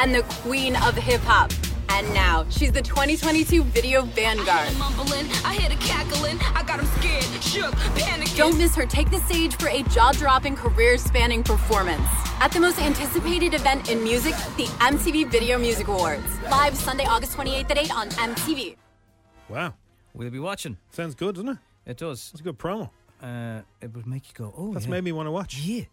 and the queen of hip hop. And now she's the 2022 Video Vanguard. mumbling. I hear the cackling. I got him scared, shook, panicking. Don't miss her take the stage for a jaw dropping, career spanning performance. At the most anticipated event in music, the MTV Video Music Awards. Live Sunday, August 28th at 8 on MTV. Wow. We'll be watching. Sounds good, doesn't it? It does. It's a good promo. Uh, it would make you go, oh, That's yeah. made me want to watch. Yeah.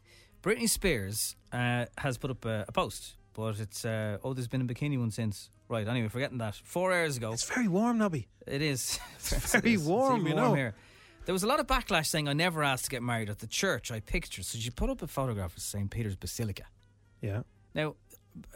Britney Spears uh, has put up a, a post, but it's uh, oh, there's been a bikini one since. Right. Anyway, forgetting that. Four hours ago. It's very warm, Nobby. It is. It's very warm, even you know. Here. There was a lot of backlash saying I never asked to get married at the church I pictured. So she put up a photograph of St Peter's Basilica. Yeah. Now,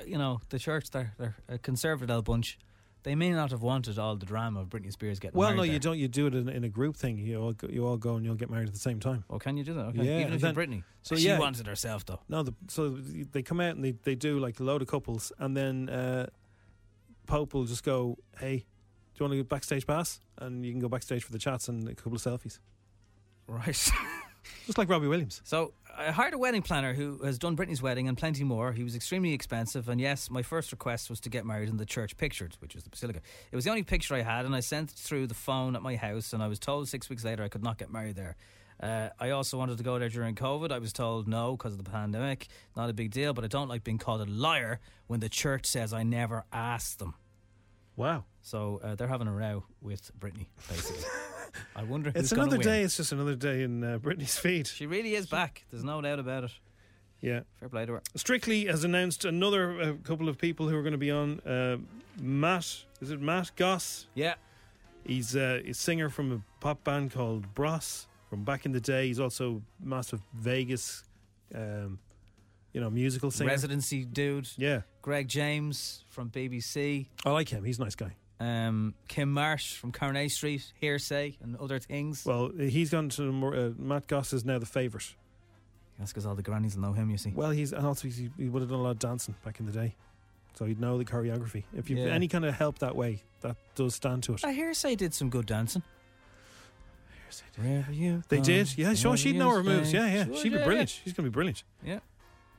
you know the church they're, they're a conservative old bunch. They may not have wanted all the drama of Britney Spears getting Well, married. no, there. you don't. You do it in, in a group thing. You all go, you all go and you'll get married at the same time. Oh, can you do that? Okay. Yeah, Even if and you're then- Britney. So she yeah, wants it herself though. No, the, so they come out and they, they do like a load of couples, and then uh, Pope will just go, "Hey, do you want to go backstage pass?" And you can go backstage for the chats and a couple of selfies. Right. just like Robbie Williams. So I hired a wedding planner who has done Britney's wedding and plenty more. He was extremely expensive, and yes, my first request was to get married in the church pictured, which is the basilica. It was the only picture I had, and I sent it through the phone at my house, and I was told six weeks later I could not get married there. Uh, I also wanted to go there during COVID. I was told no because of the pandemic. Not a big deal, but I don't like being called a liar when the church says I never asked them. Wow. So uh, they're having a row with Britney, basically. I wonder who's It's gonna another win. day. It's just another day in uh, Britney's feed. She really is back. There's no doubt about it. Yeah. Fair play to her. Strictly has announced another uh, couple of people who are going to be on. Uh, Matt, is it Matt Goss? Yeah. He's uh, a singer from a pop band called Bros from back in the day. He's also massive Vegas, um, you know, musical singer. Residency dude. Yeah. Greg James from BBC. I like him. He's a nice guy. Um, Kim Marsh from Carnay Street, Hearsay, and other things. Well, he's gone to the more, uh, Matt Goss is now the favourite. That's because all the grannies will know him. You see. Well, he's and also he's, he would have done a lot of dancing back in the day, so he'd know the choreography. If you have Yeah. any kind of help that way, that does stand to it. I Hearsay did some good dancing. Wherever you They go, did. Yeah, sure. wherever She'd you know her moves. stay. Yeah, yeah. Sure, She'd be yeah, brilliant. yeah. She's going to be brilliant. Yeah.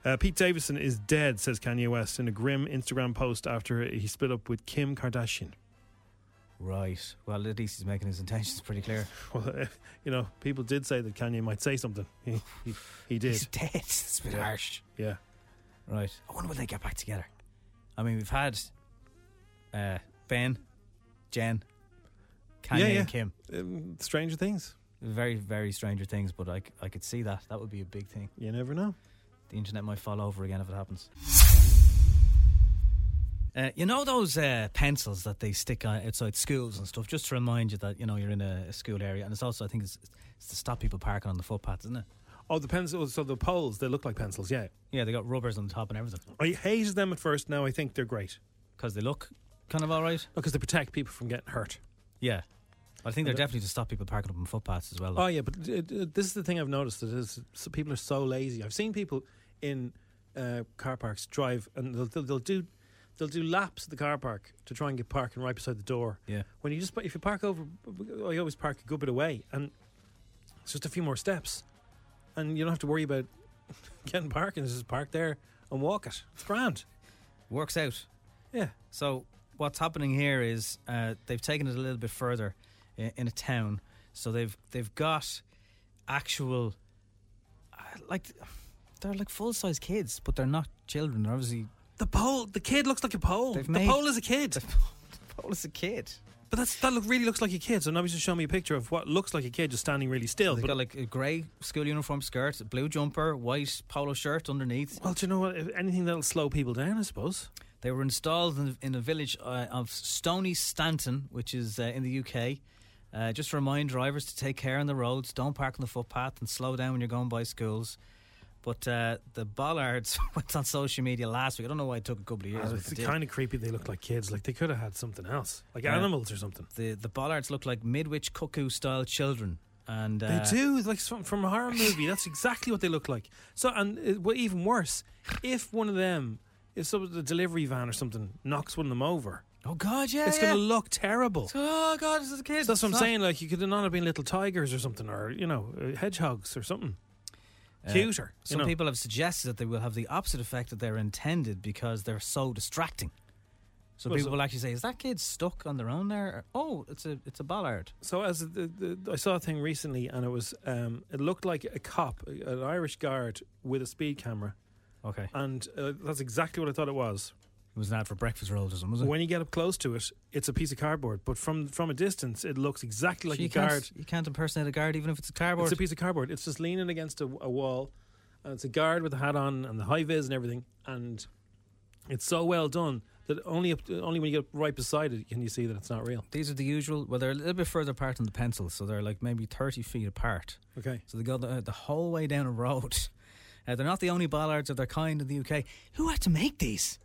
Uh, Pete Davidson is dead, says Kanye West in a grim Instagram post after he split up with Kim Kardashian. Right. Well, at least he's making his intentions pretty clear. Well, eh, you know, people did say that Kanye might say something. He, he, he did. He's dead. It's a bit harsh. Yeah. Right. I wonder will they get back together. I mean, we've had uh, Ben, Jen, Kanye, Yeah, yeah. and Kim. Um, Stranger Things. Very, very Stranger Things, but I, c- I could see that. That would be a big thing. You never know. The internet might fall over again if it happens. Uh, you know those uh, pencils that they stick on outside schools and stuff, just to remind you that you know you're in a, a school area, and it's also I think it's, it's to stop people parking on the footpaths, isn't it? Oh, the pencils. So the poles, they look like pencils. Yeah. Yeah, they got rubbers on the top and everything. I hated them at first. Now I think they're great. Because they look kind of all right. Because they protect people from getting hurt. Yeah, I think they're And- definitely to stop people parking up on footpaths as well. though. Oh yeah, but uh, uh, this is the thing I've noticed that is so people are so lazy. I've seen people in uh, car parks drive and they'll, they'll, they'll do they'll do laps at the car park to try and get parking right beside the door. Yeah. When you just if you park over, I always park a good bit away, and it's just a few more steps, and you don't have to worry about getting parking. Just park there and walk it. It's grand. Works out. Yeah. So what's happening here is uh, they've taken it a little bit further uh, in, in a town. So they've they've got actual uh, like they're like full size kids, but they're not children. They're obviously The pole. The kid looks like a pole. They've the made- pole is a kid. The pole is a kid. But that's, that look really looks like a kid. So now he's just showing me a picture of what looks like a kid just standing really still. They've but got like a grey school uniform skirt, a blue jumper, white polo shirt underneath. Well, do you know what? If anything that'll slow people down, I suppose. They were installed in, in a village uh, of Stony Stanton, which is uh, in the UK. Uh, just to remind drivers to take care on the roads, don't park on the footpath, and slow down when you're going by schools. But uh, the bollards went on social media last week. I don't know why it took a couple of years. Ah, but it's it did. kind of creepy. They look like kids. Like they could have had something else, like Yeah. animals or something. The the bollards look like midwich cuckoo style children, and They uh, do, like from, from a horror movie. That's exactly what they look like. So, and uh, what even worse, if one of them, if some the delivery van or something knocks one of them over, oh god, yeah, it's yeah. going to look terrible. Oh god, this is a kid. So that's what I'm It's not- saying. Like you could have not have been little tigers or something, or you know, uh, hedgehogs or something. Uh, Cuter. you Some know. people have suggested that they will have the opposite effect that they're intended because they're so distracting. So Well, people so- will actually say, "Is that kid stuck on their own there?" Or, oh, it's a it's a bollard. So as the, the, I saw a thing recently, and it was um, it looked like a cop, an Irish guard with a speed camera. Okay. And uh, that's exactly what I thought it was. It was an ad for breakfast rolls or something, was it? When you get up close to it, it's a piece of cardboard. But from from a distance, it looks exactly like So you a guard. Can't, you can't impersonate a guard even if it's a cardboard. It's a piece of cardboard. It's just leaning against a, a wall, and it's a guard with a hat on and the high vis and everything. And it's so well done that only up, only when you get right beside it can you see that it's not real. These are the usual. Well, they're a little bit further apart than the pencils, so they're like maybe thirty feet apart. Okay. So they go the, the whole way down a road. Uh, they're not the only bollards of their kind in the UK. Who had to make these?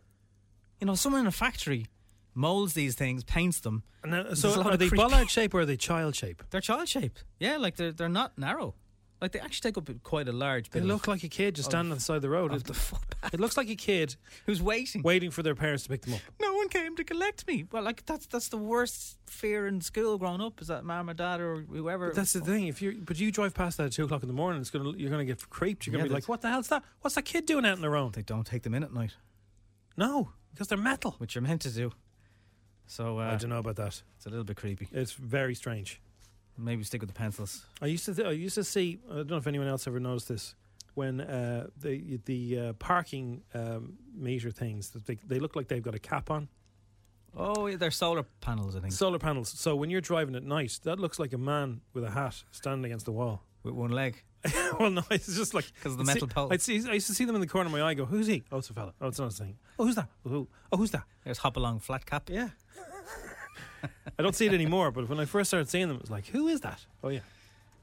You know, someone in a factory molds these things, paints them. And now, There's a so lot are of they creepy- bollard shape or are they child shape? They're child shape. Yeah, like they're they're not narrow. Like they actually take up quite a large. They bit look of- like a kid just of- standing on the side of the road. It, it looks like a kid who's waiting, waiting for their parents to pick them up. No one came to collect me. Well, like that's that's the worst fear in school growing up is that mom or dad or whoever. But that's the thing. If you but you drive past that at two o'clock in the morning, it's gonna you're gonna get creeped. You're gonna Yeah, be like, that's- what the hell's that? What's that kid doing out in their own? They don't take them in at night. No, because they're metal. Which you're meant to do. So uh, I don't know about that. It's a little bit creepy. It's very strange. Maybe stick with the pencils. I used to th- I used to see. I don't know if anyone else ever noticed this. When uh, the the uh, parking um, meter things, that they they look like they've got a cap on. Oh, yeah, they're solar panels, I think. Solar panels. So when you're driving at night, that looks like a man with a hat standing against the wall with one leg. well, no, it's just like because of the metal pole. I'd see, I used to see them in the corner of my eye. Go, who's he? Oh, it's a fella. Oh, it's another thing. Oh, who's that? Oh, who- oh, who's that? There's hop along flat cap. Yeah. I don't see it anymore, but when I first started seeing them, it was like, who is that? Oh yeah,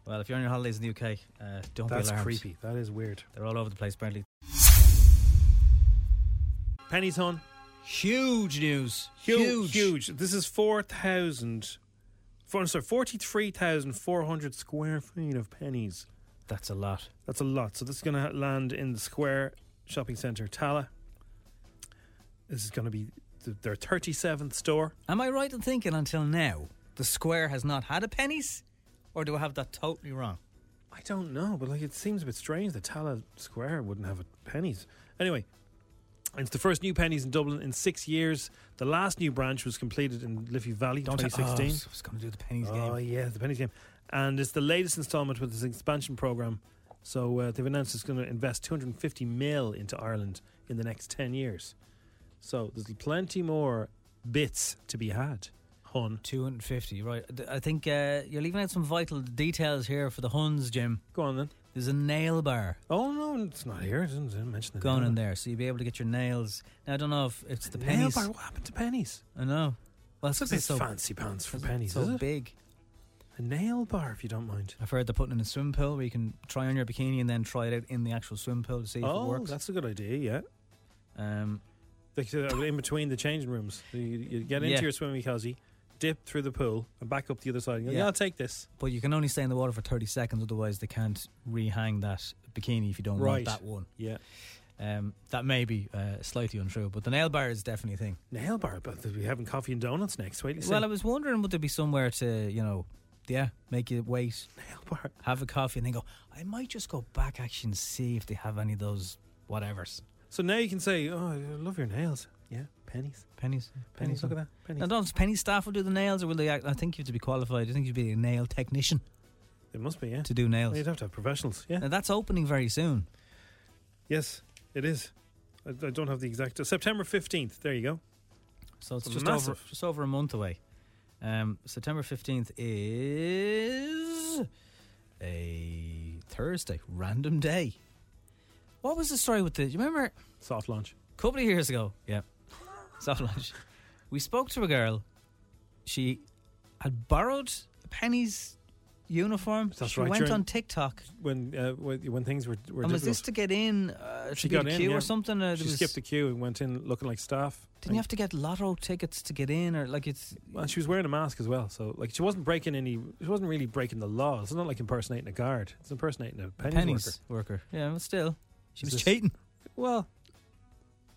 Well, if you're on your holidays in the UK, uh, don't that's be alarmed. creepy. That is weird. They're all over the place, apparently. Pennies on. Huge news. Huge. Huge. This is 4,000. Four, sorry, 43,400 square feet of pennies. That's a lot. That's a lot. So this is going to land in the Square Shopping Centre, Tala. This is going to be th- their 37th store. Am I right in thinking until now the square has not had a pennies, or do I have that totally wrong? I don't know, but like it seems a bit strange that Tala Square wouldn't have a pennies. Anyway, it's the first new pennies in Dublin in six years. The last new branch was completed in Liffey Valley, in Don't tell- 2016. Oh, I was going to do the pennies game. Oh yeah, the pennies game, and it's the latest installment with this expansion program. So uh, they've announced it's going to invest 250 mil into Ireland in the next 10 years. So there's plenty more bits to be had. Hun, 250, right. D- I think uh, you're leaving out some vital details here for the Huns, Jim. Go on then. There's a nail bar. Oh, no, it's not here. I didn't, didn't mention the Going nail in bar. there, so you'll be able to get your nails. Now, I don't know if it's the Nail pennies. bar, what happened to pennies? I know. Well, It's a 'cause it's bit so fancy pants for it's pennies, So is it? big. A nail bar, if you don't mind. I've heard they're putting in a swim pool where you can try on your bikini and then try it out in the actual swim pool to see if it oh, works. that's a good idea. Yeah. Um, Like, uh, in between the changing rooms, you, you get into Yeah. your swimming cozy, dip through the pool, and back up the other side. And go, yeah. Yeah. I'll take this. But you can only stay in the water for 30 seconds, otherwise, they can't rehang that bikini if you don't Right. want that one. Yeah. Um, that may be uh, slightly untrue, but the nail bar is definitely a thing. Nail bar, but we're having coffee and donuts next. Wait, till you Well, I see. was wondering would there be somewhere to, you know, yeah, make you wait, nail bar. have a coffee, and then go, I might just go back actually and see if they have any of those whatevers. So now you can say, "Oh, I love your nails." Yeah, Pennies. Pennies. Pennies, look at that. Pennies. Now, don't penny staff will do the nails, or will they? Act, I think you have to be qualified. I think you'd be a nail technician. It must be, yeah. To do nails. Well, you'd have to have professionals, yeah. Now that's opening very soon. Yes, it is. I, I don't have the exact. September 15th. There you go. So it's just Massive. over just over a month away. Um, September fifteenth is a Thursday, random day. What was the story with the? Do you remember soft launch? A couple of years ago, yeah, soft launch. We spoke to a girl. She had borrowed a penny's uniform. That's she right, went during- on TikTok. When uh, when, when things were, were and was difficult. this to get in? Uh, to be a queue yeah. or something? Uh, there she was- skipped the queue and went in looking like staff. Didn't you have to get lotto tickets to get in, or like it's? And she was wearing a mask as well, so like she wasn't breaking any. She wasn't really breaking the law. It's not like impersonating a guard. It's impersonating a pennies, pennies worker. Yeah, but still, Is she was this- cheating. Well,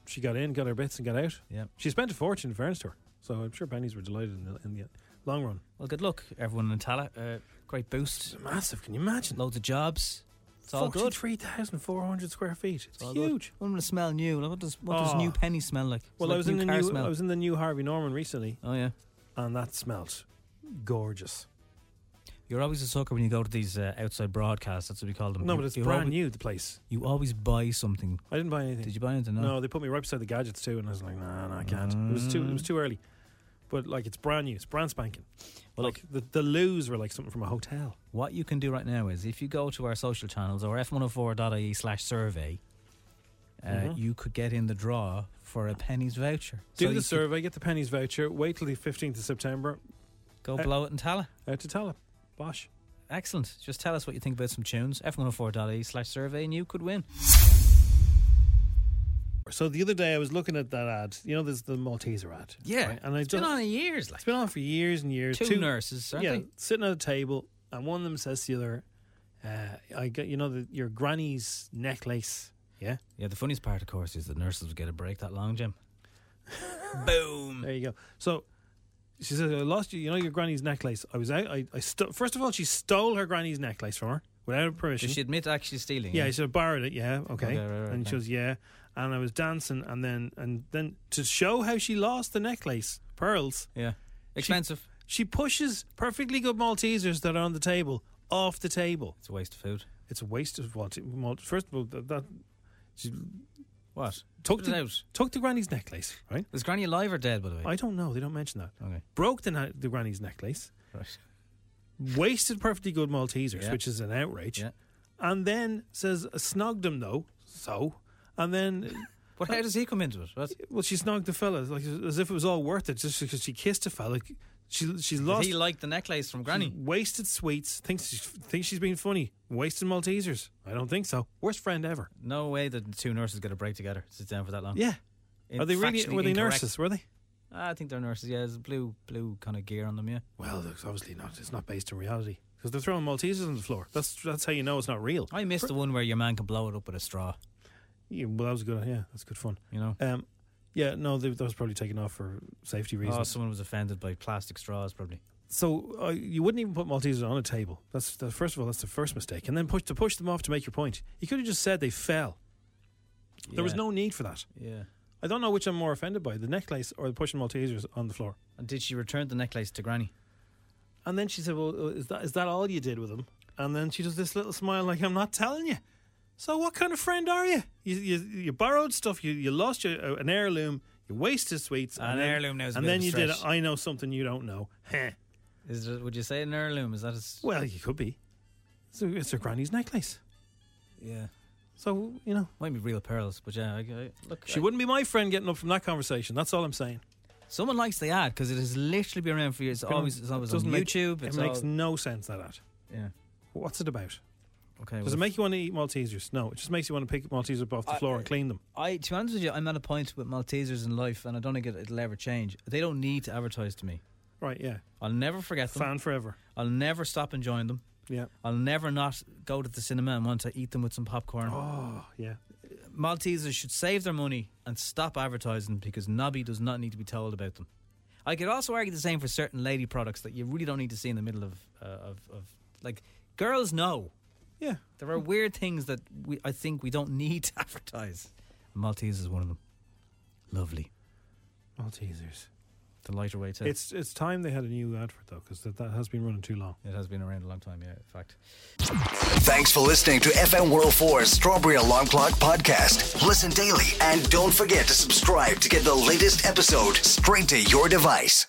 she got in, got her bits, and got out. Yeah, she spent a fortune in fairness to her, so I'm sure pennies were delighted in the, in the long run. Well, good luck, everyone in Tala. Uh, great boost. Massive. Can you imagine? Loads of jobs. It's all good. Three thousand four hundred square feet. It's, all good. huge. What does it smell new? Like, What does what does Oh. new penny smell like? It's Well, like I was in the car new. smell. I was in the new Harvey Norman recently. Oh yeah, and that smelt gorgeous. You're always a sucker when you go to these uh, outside broadcasts. That's what we call them. No, You- but it's you're brand always- new. The place. You always buy something. I didn't buy anything. Did you buy anything? No. No, they put me right beside the gadgets too, and I was like, nah, nah, I can't. It was too. It Mm. was too early. But like, it's brand new. It's brand spanking. Well, like the the loos were like something from a hotel. What you can do right now is if you go to our social channels or f104.ie E slash survey, uh, Mhm. you could get in the draw for a penny's voucher. Do So you the could survey, get the pennies voucher. Wait till the fifteenth of September. Go uh, blow it in Tala. Out to Tala. Bosh. Excellent. Just tell us what you think about some tunes. F104.ie E slash survey and you could win. So the other day I was looking at that ad. You know, there's the Malteser ad. Yeah. right? and I it's been don't- on years. Like. It's been on for years and years. Two nurses, aren't yeah, they? sitting at a table, and one of them says to the other, uh, "I got you know the, your granny's necklace." Yeah. Yeah, the funniest part, of course, is that nurses would get a break that long, Jim. Boom. There you go. So she says, "I lost you. You know your granny's necklace. I was out. I, I sto- first of all, she stole her granny's necklace from her without her permission. Did she admit to actually stealing? Yeah, she said, I borrowed it. Yeah, okay. Okay, right, right, and okay. she goes, yeah. And I was dancing, and then and then to show how she lost the necklace, pearls. Yeah, expensive. She, she pushes perfectly good Maltesers that are on the table off the table. It's a waste of food. It's a waste of what? Malt- First of all, that, that she what took Put it the out. took the granny's necklace. Right? Is Granny alive or dead? By the way, I don't know. They don't mention that. Okay. Broke the, na- the granny's necklace. Right. Wasted perfectly good Maltesers, Yeah. which is an outrage. And then says, snogged him though. So. And then. But how does he come into it? Well, she snogged the fella like, as if it was all worth it just because she kissed a fella. She, she's Did lost. he like the necklace from Granny? she's Wasted sweets. Thinks, she, thinks she's being funny. Wasted Maltesers. I don't think so. Worst friend ever. No way that the two nurses get a break together. Sit down for that long. Yeah. In- Are they really. factually Were they incorrect. Ah, nurses? Were they? I think they're nurses. Yeah, there's a blue blue kind of gear on them. Yeah. Well, it's obviously not. It's not based in reality because they're throwing Maltesers on the floor. That's that's how you know it's not real. I missed the one where your man can blow it up with a straw. Yeah, well, that was good. Yeah, that's good fun. You know. Um, yeah, no, they, that was probably taken off for safety reasons. Oh, someone was offended by plastic straws, probably. So uh, you wouldn't even put Maltesers on a table. That's the, first of all, that's the first mistake, and then push to push them off to make your point. You could have just said they fell. There was Yeah. no need for that. Yeah. I don't know which I'm more offended by: the necklace or the pushing Maltesers on the floor. And did she return the necklace to Granny? And then she said, "Well, uh, is that is that all you did with them?" And then she does this little smile, like I'm not telling you. So what kind of friend are you? You you, you borrowed stuff. You you lost your, uh, an heirloom. You wasted sweets. An and then- heirloom now is a And bit then of a you did. stretch. I know something you don't know. Heh. Is it, would you say an heirloom? Is that a s- Well, you could be. It's, a, it's her granny's necklace. yeah? So you know, might be real pearls, but yeah, I, I, look. She I- wouldn't be my friend getting up from that conversation. That's all I'm saying. Someone likes the ad because it has literally been around for years. It's always, it's always on Doesn't make- YouTube. it it's makes all- no sense that ad. Yeah. What's it about? Okay. Does well, it make you want to eat Maltesers? No, it just makes you want to pick Maltesers up off the I- floor and clean them. I, to be honest with you, I'm at a point with Maltesers in life, and I don't think it, it'll ever change. They don't need to advertise to me. Right? Yeah. I'll never forget them. Fan forever. I'll never stop enjoying them. Yeah. I'll never not go to the cinema and want to eat them with some popcorn. Oh, yeah. Maltesers should save their money and stop advertising because Nobby does not need to be told about them. I could also argue the same for certain lady products that you really don't need to see in the middle of uh, of, of like girls know. Yeah, there are weird things that we I think we don't need to advertise. Maltese is one of them. Lovely. Oh, teasers. The lighter weights. out. It's it's time they had a new advert though, because that, that has been running too long. It has been around a long time, yeah. In fact, Thanks for listening to FM 104's Strawberry Alarm Clock podcast. Listen daily and don't forget to subscribe to get the latest episode straight to your device.